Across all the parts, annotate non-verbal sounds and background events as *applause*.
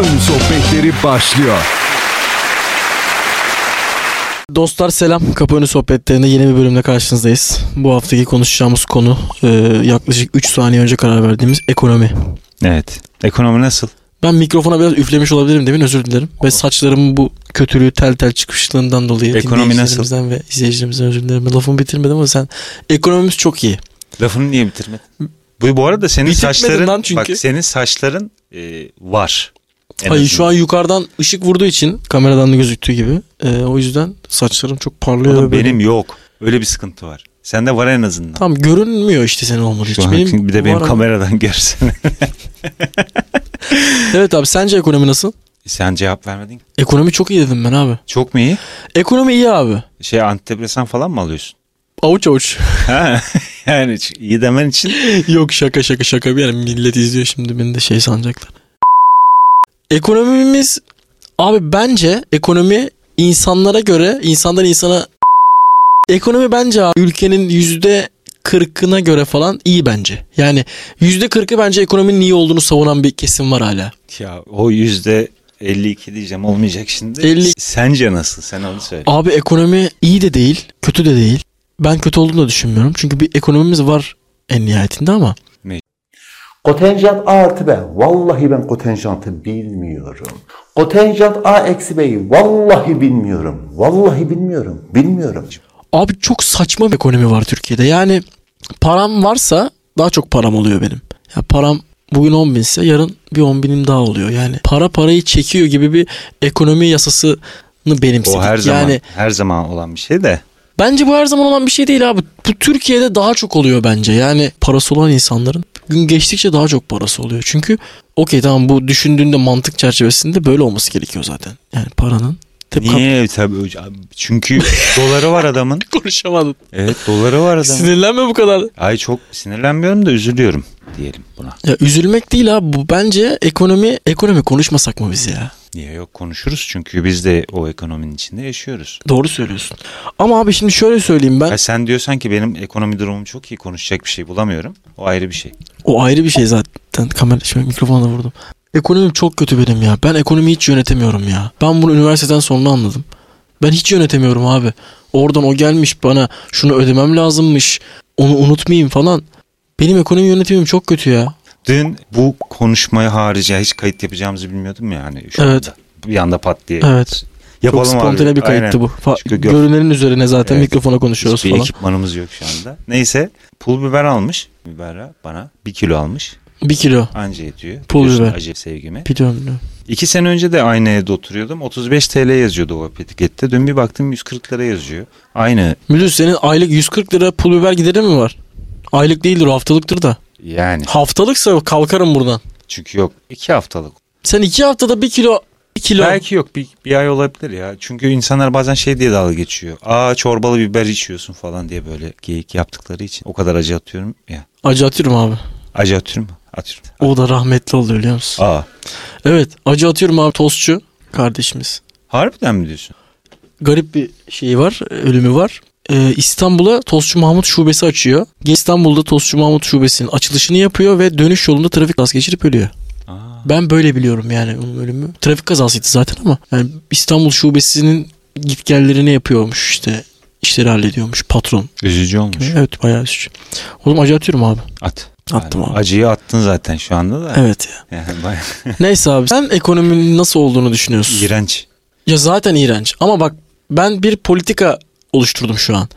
sohbetleri başlıyor. Dostlar selam. Kapı önü sohbetlerinde yeni bir bölümle karşınızdayız. Bu haftaki konuşacağımız konu e, yaklaşık 3 saniye önce karar verdiğimiz ekonomi. Evet. Ekonomi nasıl? Ben mikrofona biraz üflemiş olabilirim demin özür dilerim. Ve saçlarımın bu kötülüğü tel tel çıkışlığından dolayı Ekonomi nasıl? dinleyicilerimizden ve izleyicilerimizden özür dilerim. Ben Lafımı bitirmedim ama sen ekonomimiz çok iyi. Lafını niye bitirmedin? Bu, bu arada senin Bitirmedim saçların lan çünkü. bak senin saçların e, var. En Hayır şu azından. an yukarıdan ışık vurduğu için kameradan da gözüktüğü gibi. e, o yüzden saçlarım çok parlıyor. Oğlum ve böyle- benim yok. Öyle bir sıkıntı var. Sende var en azından. Tam görünmüyor işte senin olmadığı Şu için. an çünkü bir de benim var ama- kameradan *laughs* görsene. Evet abi sence ekonomi nasıl? Sen cevap vermedin. ki. Ekonomi çok iyi dedim ben abi. Çok mu iyi? Ekonomi iyi abi. Şey antidepresan falan *laughs* mı alıyorsun? Avuç avuç. Ha, yani ç- iyi demen için Yok şaka şaka şaka bir yani millet izliyor şimdi beni de şey sanacaklar. Ekonomimiz abi bence ekonomi insanlara göre insandan insana ekonomi bence abi, ülkenin yüzde 40'ına göre falan iyi bence. Yani yüzde 40'ı bence ekonominin iyi olduğunu savunan bir kesim var hala. ya o yüzde 52 diyeceğim olmayacak şimdi. 50. Sence nasıl? Sen onu söyle. Abi ekonomi iyi de değil, kötü de değil. Ben kötü olduğunu da düşünmüyorum. Çünkü bir ekonomimiz var en nihayetinde ama Kotenjant A artı B. Vallahi ben kotenjantı bilmiyorum. Kotenjant A eksi B'yi vallahi bilmiyorum. Vallahi bilmiyorum. Bilmiyorum. Abi çok saçma bir ekonomi var Türkiye'de. Yani param varsa daha çok param oluyor benim. Ya param bugün 10 binse yarın bir 10 binim daha oluyor. Yani para parayı çekiyor gibi bir ekonomi yasasını benimsedik. O her zaman Yani her zaman olan bir şey de. bence bu her zaman olan bir şey değil abi. Bu Türkiye'de daha çok oluyor bence. Yani parası olan insanların gün geçtikçe daha çok parası oluyor. Çünkü okey tamam bu düşündüğünde mantık çerçevesinde böyle olması gerekiyor zaten. Yani paranın tep kap- Niye tabii hocam? Çünkü *laughs* doları var adamın. konuşamadım. Evet doları var adamın. Sinirlenme bu kadar. Ay çok sinirlenmiyorum da üzülüyorum diyelim buna. Ya üzülmek değil abi bu bence ekonomi ekonomi konuşmasak mı biz ya? Niye yok konuşuruz çünkü biz de o ekonominin içinde yaşıyoruz. Doğru söylüyorsun. Ama abi şimdi şöyle söyleyeyim ben Ya sen diyorsan ki benim ekonomi durumum çok iyi konuşacak bir şey bulamıyorum. O ayrı bir şey. o ayrı bir şey zaten kamera şimdi mikrofona da vurdum. Ekonomim çok kötü benim ya. Ben ekonomiyi hiç yönetemiyorum ya. Ben bunu üniversiteden sonra anladım. Ben hiç yönetemiyorum abi. Oradan o gelmiş bana şunu ödemem lazımmış. Onu unutmayayım falan. Benim ekonomi yönetimim çok kötü ya. Dün bu konuşmayı harici hiç kayıt yapacağımızı bilmiyordum yani şu Evet. anda. Bir anda pat diye. Evet. Yapalım çok abi. spontane bir kayıttı Aynen. bu. Fa- Çünkü gö- Görünenin üzerine zaten Evet. mikrofona konuşuyoruz Hiçbir falan. ekipmanımız yok şu anda. Neyse pul biber almış. Bibera bana bir kilo almış. Bir kilo. Anca ediyor. Pul Biliyorsun biber. Acı sevgimi. Biliyorum biliyorum. İki sene önce de aynı evde oturuyordum. 35 TL yazıyordu o etikette. Dün bir baktım 140 lira yazıyor. Aynı Müdür senin aylık 140 lira pul biber gideri mi var? Aylık değildir o haftalıktır da. yani. Haftalıksa kalkarım buradan. Çünkü yok. iki haftalık. Sen iki haftada bir kilo bir kilo. Belki yok. Bir, bir ay olabilir ya. Çünkü insanlar bazen şey diye dalga geçiyor. Aa çorbalı biber içiyorsun falan diye böyle geyik yaptıkları için. O kadar acı atıyorum ya. Acı atıyorum abi. Acı atıyorum mu? Atıyorum. O da rahmetli oluyor biliyor musun? Aa. Evet acı atıyorum abi tostçu kardeşimiz. Harbiden mi diyorsun? Garip bir şeyi var ölümü var. Ee, İstanbul'a Tostçu Mahmut şubesi açıyor. İstanbul'da Tostçu Mahmut şubesinin açılışını yapıyor ve dönüş yolunda trafik kazası geçirip ölüyor. Aa. Ben böyle biliyorum yani onun ölümü. Trafik kazasıydı zaten ama yani İstanbul şubesinin gitgellerini yapıyormuş işte işleri hallediyormuş patron. Üzücü olmuş. Evet bayağı üzücü. Oğlum acı atıyorum abi. At. Attım Yani abi. Acıyı attın zaten şu anda da. Evet ya. Yani bayağı *laughs* Neyse abi sen ekonominin nasıl olduğunu düşünüyorsun? iğrenç. Ya zaten iğrenç ama bak ben bir politika oluşturdum şu an.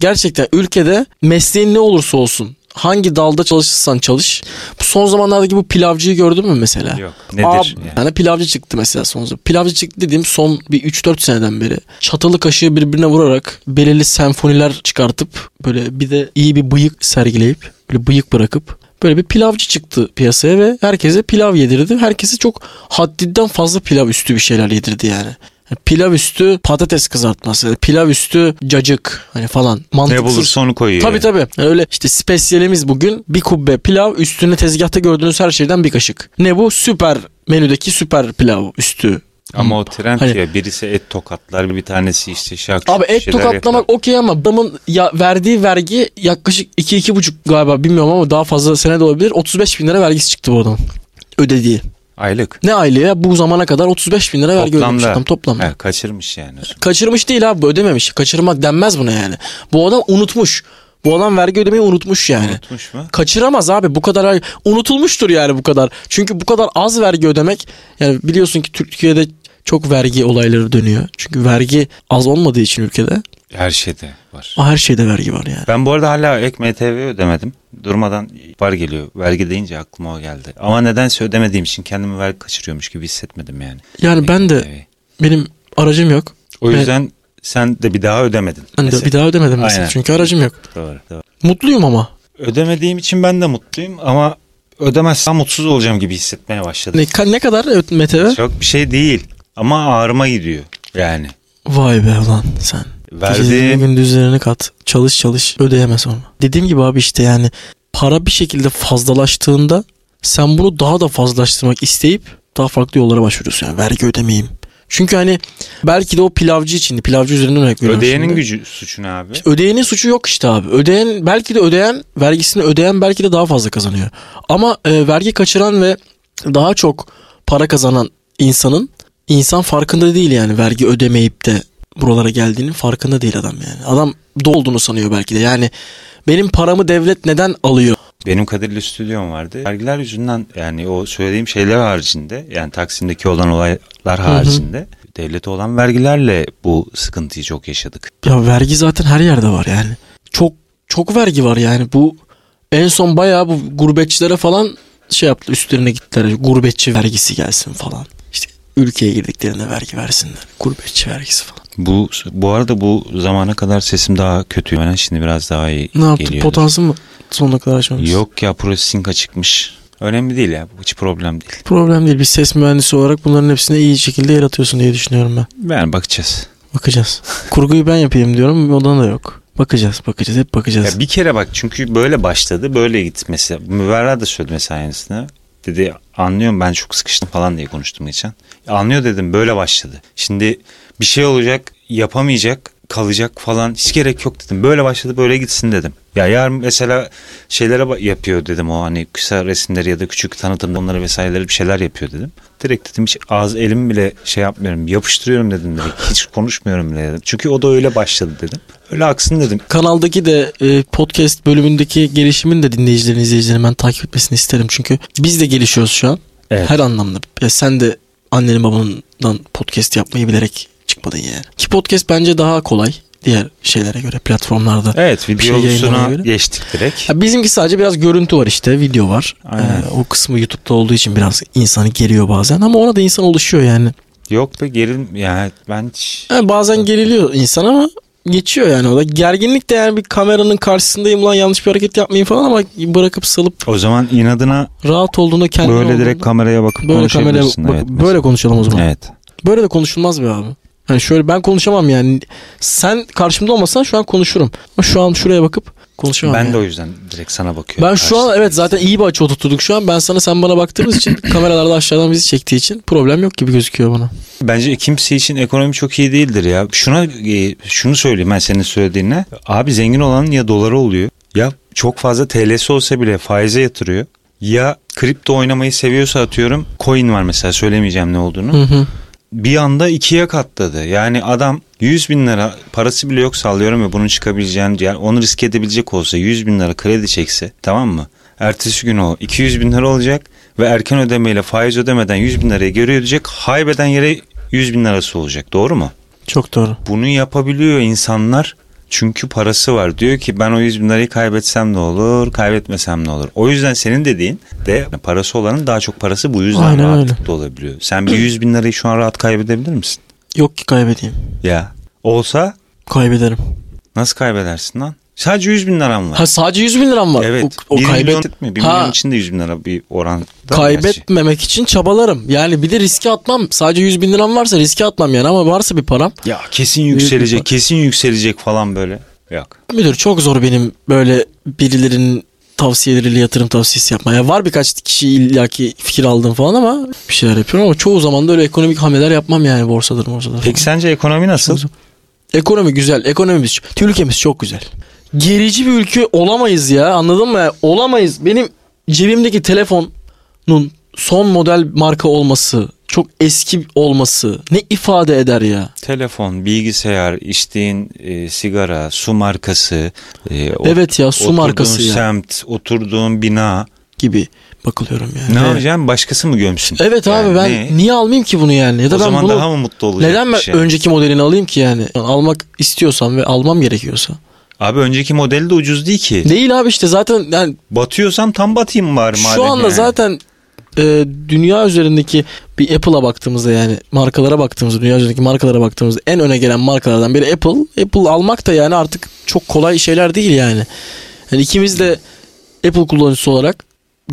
Gerçekten ülkede mesleğin ne olursa olsun hangi dalda çalışırsan çalış. Bu son zamanlardaki bu pilavcıyı gördün mü mesela? Yok. Nedir? Abi, yani? yani pilavcı çıktı mesela son zaman. Pilavcı çıktı dediğim son bir 3-4 seneden beri. Çatalı kaşığı birbirine vurarak belirli senfoniler çıkartıp böyle bir de iyi bir bıyık sergileyip böyle bıyık bırakıp böyle bir pilavcı çıktı piyasaya ve herkese pilav yedirdi. Herkese çok haddinden fazla pilav üstü bir şeyler yedirdi yani. Yani Pilav üstü patates kızartması, pilav üstü cacık hani falan. Ne Mantıksız bulursa onu koyuyor. Tabii tabii. Yani Öyle işte spesiyelimiz bugün bir kubbe pilav üstüne tezgahta gördüğünüz her şeyden bir kaşık. Ne bu? Süper menüdeki süper pilav üstü. Ama o trend Hani- ya birisi et tokatlar bir tanesi işte şarkı. Abi et tokatlamak okey ama adamın ya verdiği vergi yaklaşık 2-2,5 galiba bilmiyorum ama daha fazla sene de olabilir. 35 bin lira vergisi çıktı bu adamın ödediği. Aylık. Ne aylığı ya? Bu zamana kadar 35 bin lira vergi ödemiş adam toplamda. He, kaçırmış yani. Kaçırmış değil abi ödememiş. Kaçırmak denmez buna yani. Bu adam unutmuş. Bu adam vergi ödemeyi unutmuş yani. Unutmuş mu? Kaçıramaz abi bu kadar unutulmuştur yani bu kadar. Çünkü bu kadar az vergi ödemek yani biliyorsun ki Türkiye'de çok vergi olayları dönüyor. Çünkü vergi az olmadığı için ülkede Her şeyde var. her şeyde vergi var yani. Ben bu arada hala ek MTV ödemedim. Durmadan var geliyor. Vergi deyince aklıma o geldi. Ama nedense ödemediğim için kendimi vergi kaçırıyormuş gibi hissetmedim yani. Yani ben de Ek benim aracım yok. O Ben- yüzden sen de bir daha ödemedin. Ben de Mesela. bir daha ödemedim mesela Aynen. çünkü aracım yok. Doğru, doğru. Mutluyum ama. Ödemediğim için ben de mutluyum ama ödemezsem mutsuz olacağım gibi hissetmeye başladım. Ne, ka- ne kadar evet, Mete? Çok bir şey değil ama ağrıma gidiyor yani. Vay be ulan sen. Geceleri Verdiğim gündüzlerini kat. Çalış çalış ödeyeme sonra. Dediğim gibi abi işte yani para bir şekilde fazlalaştığında sen bunu daha da fazlalaştırmak isteyip daha farklı yollara başvuruyorsun. Yani vergi ödemeyeyim. Çünkü hani belki de o pilavcı içindi. Pilavcı üzerinden örnek veriyorum. ödeyenin şimdi. gücü suçun abi. Ödeyenin suçu yok işte abi. Ödeyen belki de ödeyen vergisini ödeyen belki de daha fazla kazanıyor. Ama e, vergi kaçıran ve daha çok para kazanan insanın insan farkında değil yani vergi ödemeyip de buralara geldiğinin farkında değil adam yani. Adam dolduğunu sanıyor belki de. Yani benim paramı devlet neden alıyor? Benim kaderli stüdyom vardı. Vergiler yüzünden yani o söylediğim şeyler haricinde yani Taksim'deki olan olaylar haricinde devlete olan vergilerle bu sıkıntıyı çok yaşadık. Ya vergi zaten her yerde var yani. Çok çok vergi var yani. Bu en son bayağı bu gurbetçilere falan şey yaptı üstlerine gittiler. Gurbetçi vergisi gelsin falan. İşte ülkeye girdiklerine vergi versinler. Gurbetçi vergisi falan. Bu bu arada bu zamana kadar sesim daha kötü. Ben şimdi biraz daha iyi Ne yaptın? geliyordur. Potansın mı? Sonuna kadar açmamış. Yok ya prosesinka çıkmış. Önemli değil ya. bu Hiç problem değil. Problem değil. Bir ses mühendisi olarak bunların hepsini iyi şekilde yer atıyorsun diye düşünüyorum ben. Yani bakacağız. *laughs* Bakacağız. Kurguyu ben yapayım diyorum. Odan da yok. Bakacağız, bakacağız. Hep bakacağız. Ya bir kere bak çünkü böyle başladı. Böyle gitmesi. Müberra da söyledi mesela aynısını. Dedi anlıyorum ben çok sıkıştım falan diye konuştum geçen. Anlıyor dedim böyle başladı. Şimdi bir şey olacak yapamayacak kalacak falan hiç gerek yok dedim. Böyle başladı böyle gitsin dedim. Ya yarın mesela şeylere ba- yapıyor dedim o hani kısa resimleri ya da küçük tanıtımda onları vesaireleri bir şeyler yapıyor dedim. Direkt dedim hiç ağız elimi bile şey yapmıyorum yapıştırıyorum dedim direkt. Hiç konuşmuyorum bile dedim. Çünkü o da öyle başladı dedim. Öyle aksın dedim. kanaldaki de e, podcast bölümündeki gelişimin de dinleyicilerin izleyicilerin ben takip etmesini isterim. Çünkü biz de gelişiyoruz şu an. Evet. Her anlamda. Ya sen de annenin babandan podcast yapmayı bilerek çıkmadın yani. Ki podcast bence daha kolay diğer şeylere göre platformlarda. Evet şey videosuna yayınlamaya göre. geçtik direkt. Ya bizimki sadece biraz görüntü var işte video var. Aynen. Ee, o kısmı YouTube'da olduğu için biraz insanı geriyor bazen ama ona da insan oluşuyor yani. Yok be gerin yani ben hiç- Ha, bazen geriliyor insan ama geçiyor yani o da. Gerginlik de yani bir kameranın karşısındayım lan yanlış bir hareket yapmayayım falan ama bırakıp salıp o zaman inadına rahat olduğunda kendin böyle olduğunda- direkt kameraya bakıp böyle kameraya konuşabilirsin. bak- evet, böyle konuşalım o zaman. mesela. Evet. Böyle de konuşulmaz be abi. Hani şöyle ben konuşamam yani. Sen karşımda olmasan şu an konuşurum. Ama şu an şuraya bakıp konuşamam. Ben yani. de o yüzden direkt sana bakıyorum. Ben şu an evet zaten iyi bir açı oturttuk şu an. Ben sana sen bana baktığımız *laughs* için kameralarda aşağıdan bizi çektiği için problem yok gibi gözüküyor bana. Bence kimse için ekonomi çok iyi değildir ya. Şuna e, şunu söyleyeyim ben senin söylediğine. Abi zengin olanın ya doları oluyor ya çok fazla TL'si olsa bile faize yatırıyor. Ya kripto oynamayı seviyorsa atıyorum coin var mesela söylemeyeceğim ne olduğunu. Hı hı. bir anda ikiye katladı. Yani adam 100 bin lira parası bile yok sallıyorum ya bunun çıkabileceğini yani onu risk edebilecek olsa 100 bin lira kredi çekse tamam mı? Ertesi gün o 200 bin lira olacak ve erken ödemeyle faiz ödemeden 100 bin liraya geri ödeyecek. Haybeden yere 100 bin lirası olacak doğru mu? Çok doğru. Bunu yapabiliyor insanlar çünkü parası var. Diyor ki ben o 100 bin lirayı kaybetsem ne olur, kaybetmesem ne olur. O yüzden senin dediğin de parası olanın daha çok parası bu yüzden Aynen rahatlıkla olabiliyor. Sen bir 100 bin lirayı şu an rahat kaybedebilir misin? Yok ki kaybedeyim. Ya olsa Kaybederim. nasıl kaybedersin lan? Sadece 100 bin liram var. Ha sadece 100 bin liram var. evet. O, o 1 kaybet... milyon mi? 1 Ha, milyon için de 100 bin lira bir oran. kaybetmemek için çabalarım. Yani bir de riske atmam. Sadece 100 bin liram varsa riske atmam yani ama varsa bir param Ya kesin Büyük yükselecek, bir- kesin yükselecek falan böyle. Yok. Müdür çok zor benim böyle birilerinin tavsiyeleriyle yatırım tavsiyesi yapmaya. Var birkaç kişi illaki fikir aldım falan ama bir şeyler yapıyorum ama çoğu zaman da öyle ekonomik hamleler yapmam yani borsadır borsadır. Peki sence ekonomi nasıl? Ekonomi güzel. Ekonomimiz, ülkemiz çok güzel. Gerici bir ülke olamayız ya anladın mı? Olamayız. Benim cebimdeki telefonun son model marka olması, çok eski olması ne ifade eder ya? Telefon, bilgisayar, içtiğin e, sigara, su markası. e, o- Evet ya, su oturduğun markası ya. semt, oturduğun bina. gibi bakılıyorum yani. Ne yapacaksın? Başkası mı gömsün? Evet abi Yani ben ne? niye almayayım ki bunu yani? Ya da o ben zaman bunu daha mı mutlu olacak neden ben bir şey? önceki modelini alayım ki yani? Yani Almak istiyorsam ve almam gerekiyorsa. Abi önceki modeli de ucuz değil ki. Değil abi işte zaten yani Batıyorsam tam batayım bari madem. şu anda yani. zaten e, dünya üzerindeki bir Apple'a baktığımızda yani markalara baktığımızda dünya üzerindeki markalara baktığımızda en öne gelen markalardan biri Apple. Apple almak da yani artık çok kolay şeyler değil yani. Yani ikimiz de Apple kullanıcısı olarak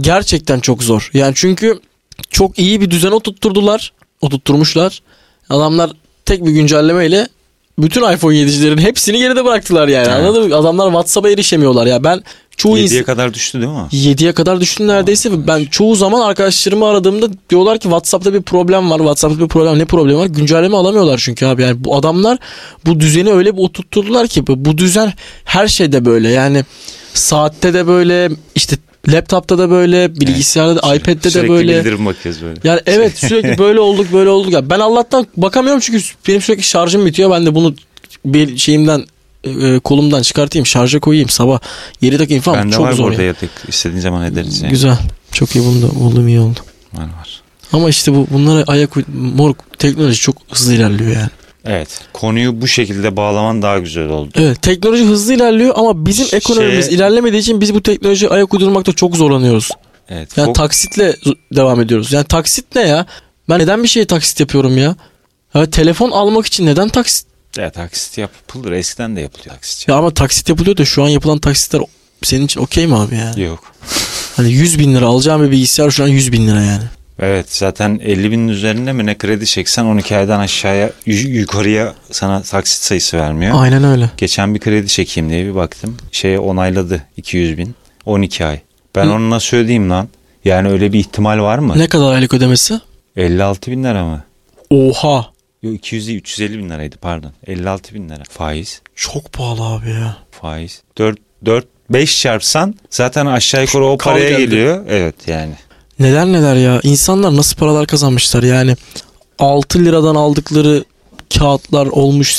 gerçekten çok zor. Yani çünkü çok iyi bir düzen oturtturdular. Oturtturmuşlar. Adamlar tek bir güncellemeyle bütün iPhone 7'cilerin hepsini geride bıraktılar yani. Evet. Anladın mı? Adamlar WhatsApp'a erişemiyorlar ya. Ben çoğu insan- 7'ye kadar düştü değil mi? 7'ye kadar düştü neredeyse. ve Ben çoğu zaman arkadaşlarımı aradığımda diyorlar ki WhatsApp'ta bir problem var. WhatsApp'ta bir problem. Ne problemi var? Güncelleme alamıyorlar çünkü abi. Yani bu adamlar bu düzeni öyle bir oturtturdular ki bu bu düzen her şeyde böyle. Yani saatte de böyle, işte laptopta da böyle, bilgisayarda da, iPad'de de Sürekli böyle. bildirim bakıyoruz böyle. Yani evet *laughs* sürekli böyle olduk böyle olduk. Ya ben Allah'tan bakamıyorum çünkü benim sürekli şarjım bitiyor. Ben de bunu bir şeyimden e, kolumdan çıkartayım, şarja koyayım sabah yeri takayım falan. Bende Çok var zor burada yani. yatak. İstediğin zaman ederiz yani. Güzel. Çok iyi buldu. Buldum iyi oldu. Var var. Ama işte bu bunlara ayak uy- mor teknoloji çok hızlı ilerliyor yani. Evet. Konuyu bu şekilde bağlaman daha güzel oldu. Evet teknoloji hızlı ilerliyor ama bizim Şey- ekonomimiz ilerlemediği için biz bu teknolojiye ayak uydurmakta çok zorlanıyoruz. Evet. Yani Fo- taksitle zo- devam ediyoruz. Yani taksit ne ya? Ben neden bir şeyi taksit yapıyorum ya? Ya telefon almak için neden taksit? Ya, taksit yapılır. Eskiden de yapılıyor taksit. Ya ama taksit yapılıyor da şu an yapılan taksitler senin için okey mi abi yani? Yok. Hani 100 bin lira alacağım bir bilgisayar şu an 100 bin lira yani. Evet zaten 50 binin üzerinde mi ne kredi çeksen 12 aydan aşağıya yu- yukarıya sana taksit sayısı vermiyor. Aynen öyle. Geçen bir kredi çekeyim diye bir baktım. Şeye onayladı 200 bin. 12 ay. Ben Hı. onu nasıl ödeyeyim lan? Yani öyle bir ihtimal var mı? Ne kadar aylık ödemesi? 56 bin lira mı? Oha. Yok 200 değil 350 bin liraydı pardon. 56 bin lira. Faiz. Çok pahalı abi ya. Faiz. 4, 4, 5 çarpsan zaten aşağı yukarı o Kal paraya geldi. geliyor. Evet yani. Neler neler ya. İnsanlar nasıl paralar kazanmışlar yani. 6 liradan aldıkları kağıtlar olmuş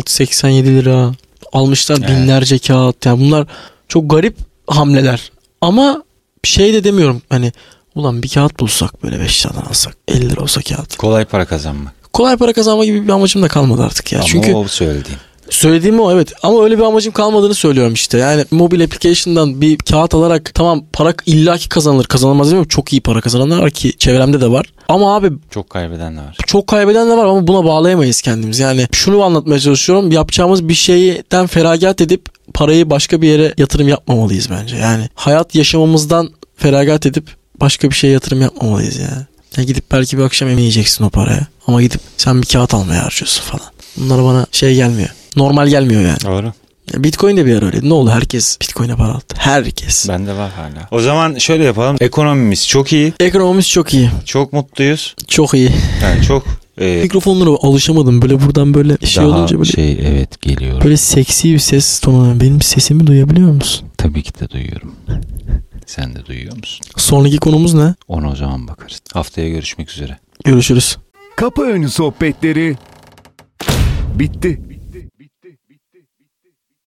86-87 lira. Almışlar Evet. binlerce kağıt. Yani bunlar çok garip hamleler. Ama şey de demiyorum hani ulan bir kağıt bulsak böyle 5 liradan alsak 50 lira olsa kağıt. Kolay para kazanmak. Kolay para kazanma gibi bir amacım da kalmadı artık ya. Ama Çünkü o söylediğim. Söylediğim o evet ama öyle bir amacım kalmadığını söylüyorum işte. Yani mobil application'dan bir kağıt alarak tamam para illaki kazanılır kazanılmaz demiyorum. Çok iyi para kazananlar var ki çevremde de var. Ama abi Çok kaybeden de var. çok kaybeden de var ama buna bağlayamayız kendimiz. Yani şunu anlatmaya çalışıyorum. Yapacağımız bir şeyden feragat edip parayı başka bir yere yatırım yapmamalıyız bence. Yani hayat yaşamımızdan feragat edip başka bir şeye yatırım yapmamalıyız yani. Ya gidip belki bir akşam yemeği yiyeceksin o paraya. Ama gidip sen bir kağıt almaya harcıyorsun falan. Bunlar bana şey gelmiyor. Normal gelmiyor yani. Doğru. Ya Bitcoin de bir ara öyleydi. Ne oldu? Herkes Bitcoin'e para attı. Herkes. Bende var hala. O zaman şöyle yapalım. Ekonomimiz çok iyi. Ekonomimiz çok iyi. Çok mutluyuz. Çok iyi. Yani çok e, Mikrofonlara alışamadım. Böyle buradan böyle şey daha olunca böyle. şey evet geliyor. Böyle seksi bir ses tonu. Benim sesimi duyabiliyor musun? Tabii ki de duyuyorum. Sen de duyuyor musun? Sonraki konumuz ne? Ona o zaman bakarız. Haftaya görüşmek üzere. Görüşürüz. Kapı önü sohbetleri bitti.